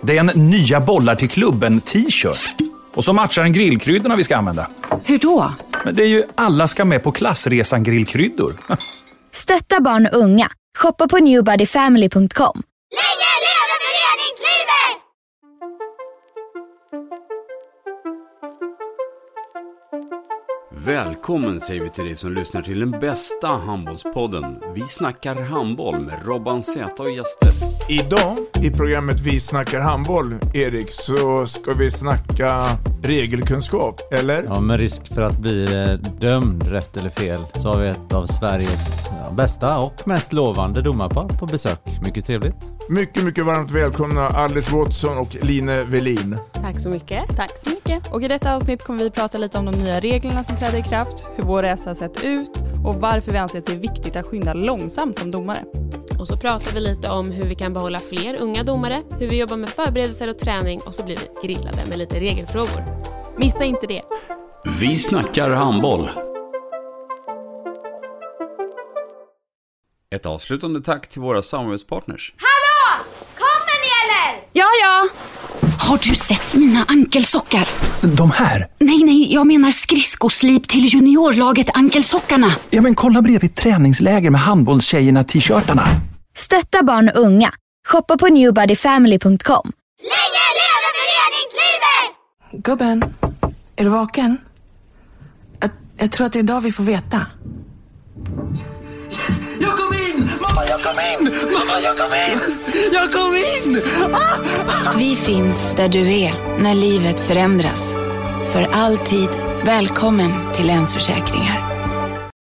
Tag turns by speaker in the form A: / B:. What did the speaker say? A: Det är en nya bollar till klubben-t-shirt. Och så matchar den grillkryddorna vi ska använda.
B: Hur då?
A: Men det är ju alla ska med på klassresan grillkryddor.
C: Stötta barn och unga. Shoppa på newbodyfamily.com.
D: Länge leve föreningslivet!
E: Välkommen säger vi till dig som lyssnar till den bästa handbollspodden. Vi snackar handboll med Robban Z och gäster.
F: Idag i programmet Vi snackar handboll, Erik, så ska vi snacka regelkunskap, eller?
G: Ja, med risk för att bli eh, dömd rätt eller fel så har vi ett av Sveriges ja, bästa och mest lovande domarpar på besök. Mycket trevligt.
F: Mycket, mycket varmt välkomna Alice Watson och Line Velin.
H: Tack så mycket.
I: Tack så mycket. Och I detta avsnitt kommer vi prata lite om de nya reglerna som trädde i kraft, hur vår resa har sett ut och varför vi anser att det är viktigt att skynda långsamt som domare.
H: Och så pratar vi lite om hur vi kan behålla fler unga domare, hur vi jobbar med förberedelser och träning och så blir vi grillade med lite regelfrågor.
I: Missa inte det.
E: Vi snackar handboll. Ett avslutande tack till våra samarbetspartners.
D: Hallå! Kommer ni eller?
I: Ja, ja.
B: Har du sett mina ankelsockar?
A: De här?
B: Nej, nej, jag menar skridskoslip till juniorlaget Ankelsockarna.
A: Ja, men kolla bredvid träningsläger med handbollstjejerna-t-shirtarna.
C: Stötta barn och unga. Shoppa på newbodyfamily.com.
D: Länge leve föreningslivet!
J: Gubben, är du vaken? Jag, jag tror att det är idag vi får veta.
K: Jag kom in! Mamma, jag kom in! Mamma, jag kom in! Jag kom in!
B: Vi finns där du är när livet förändras. För alltid välkommen till Länsförsäkringar.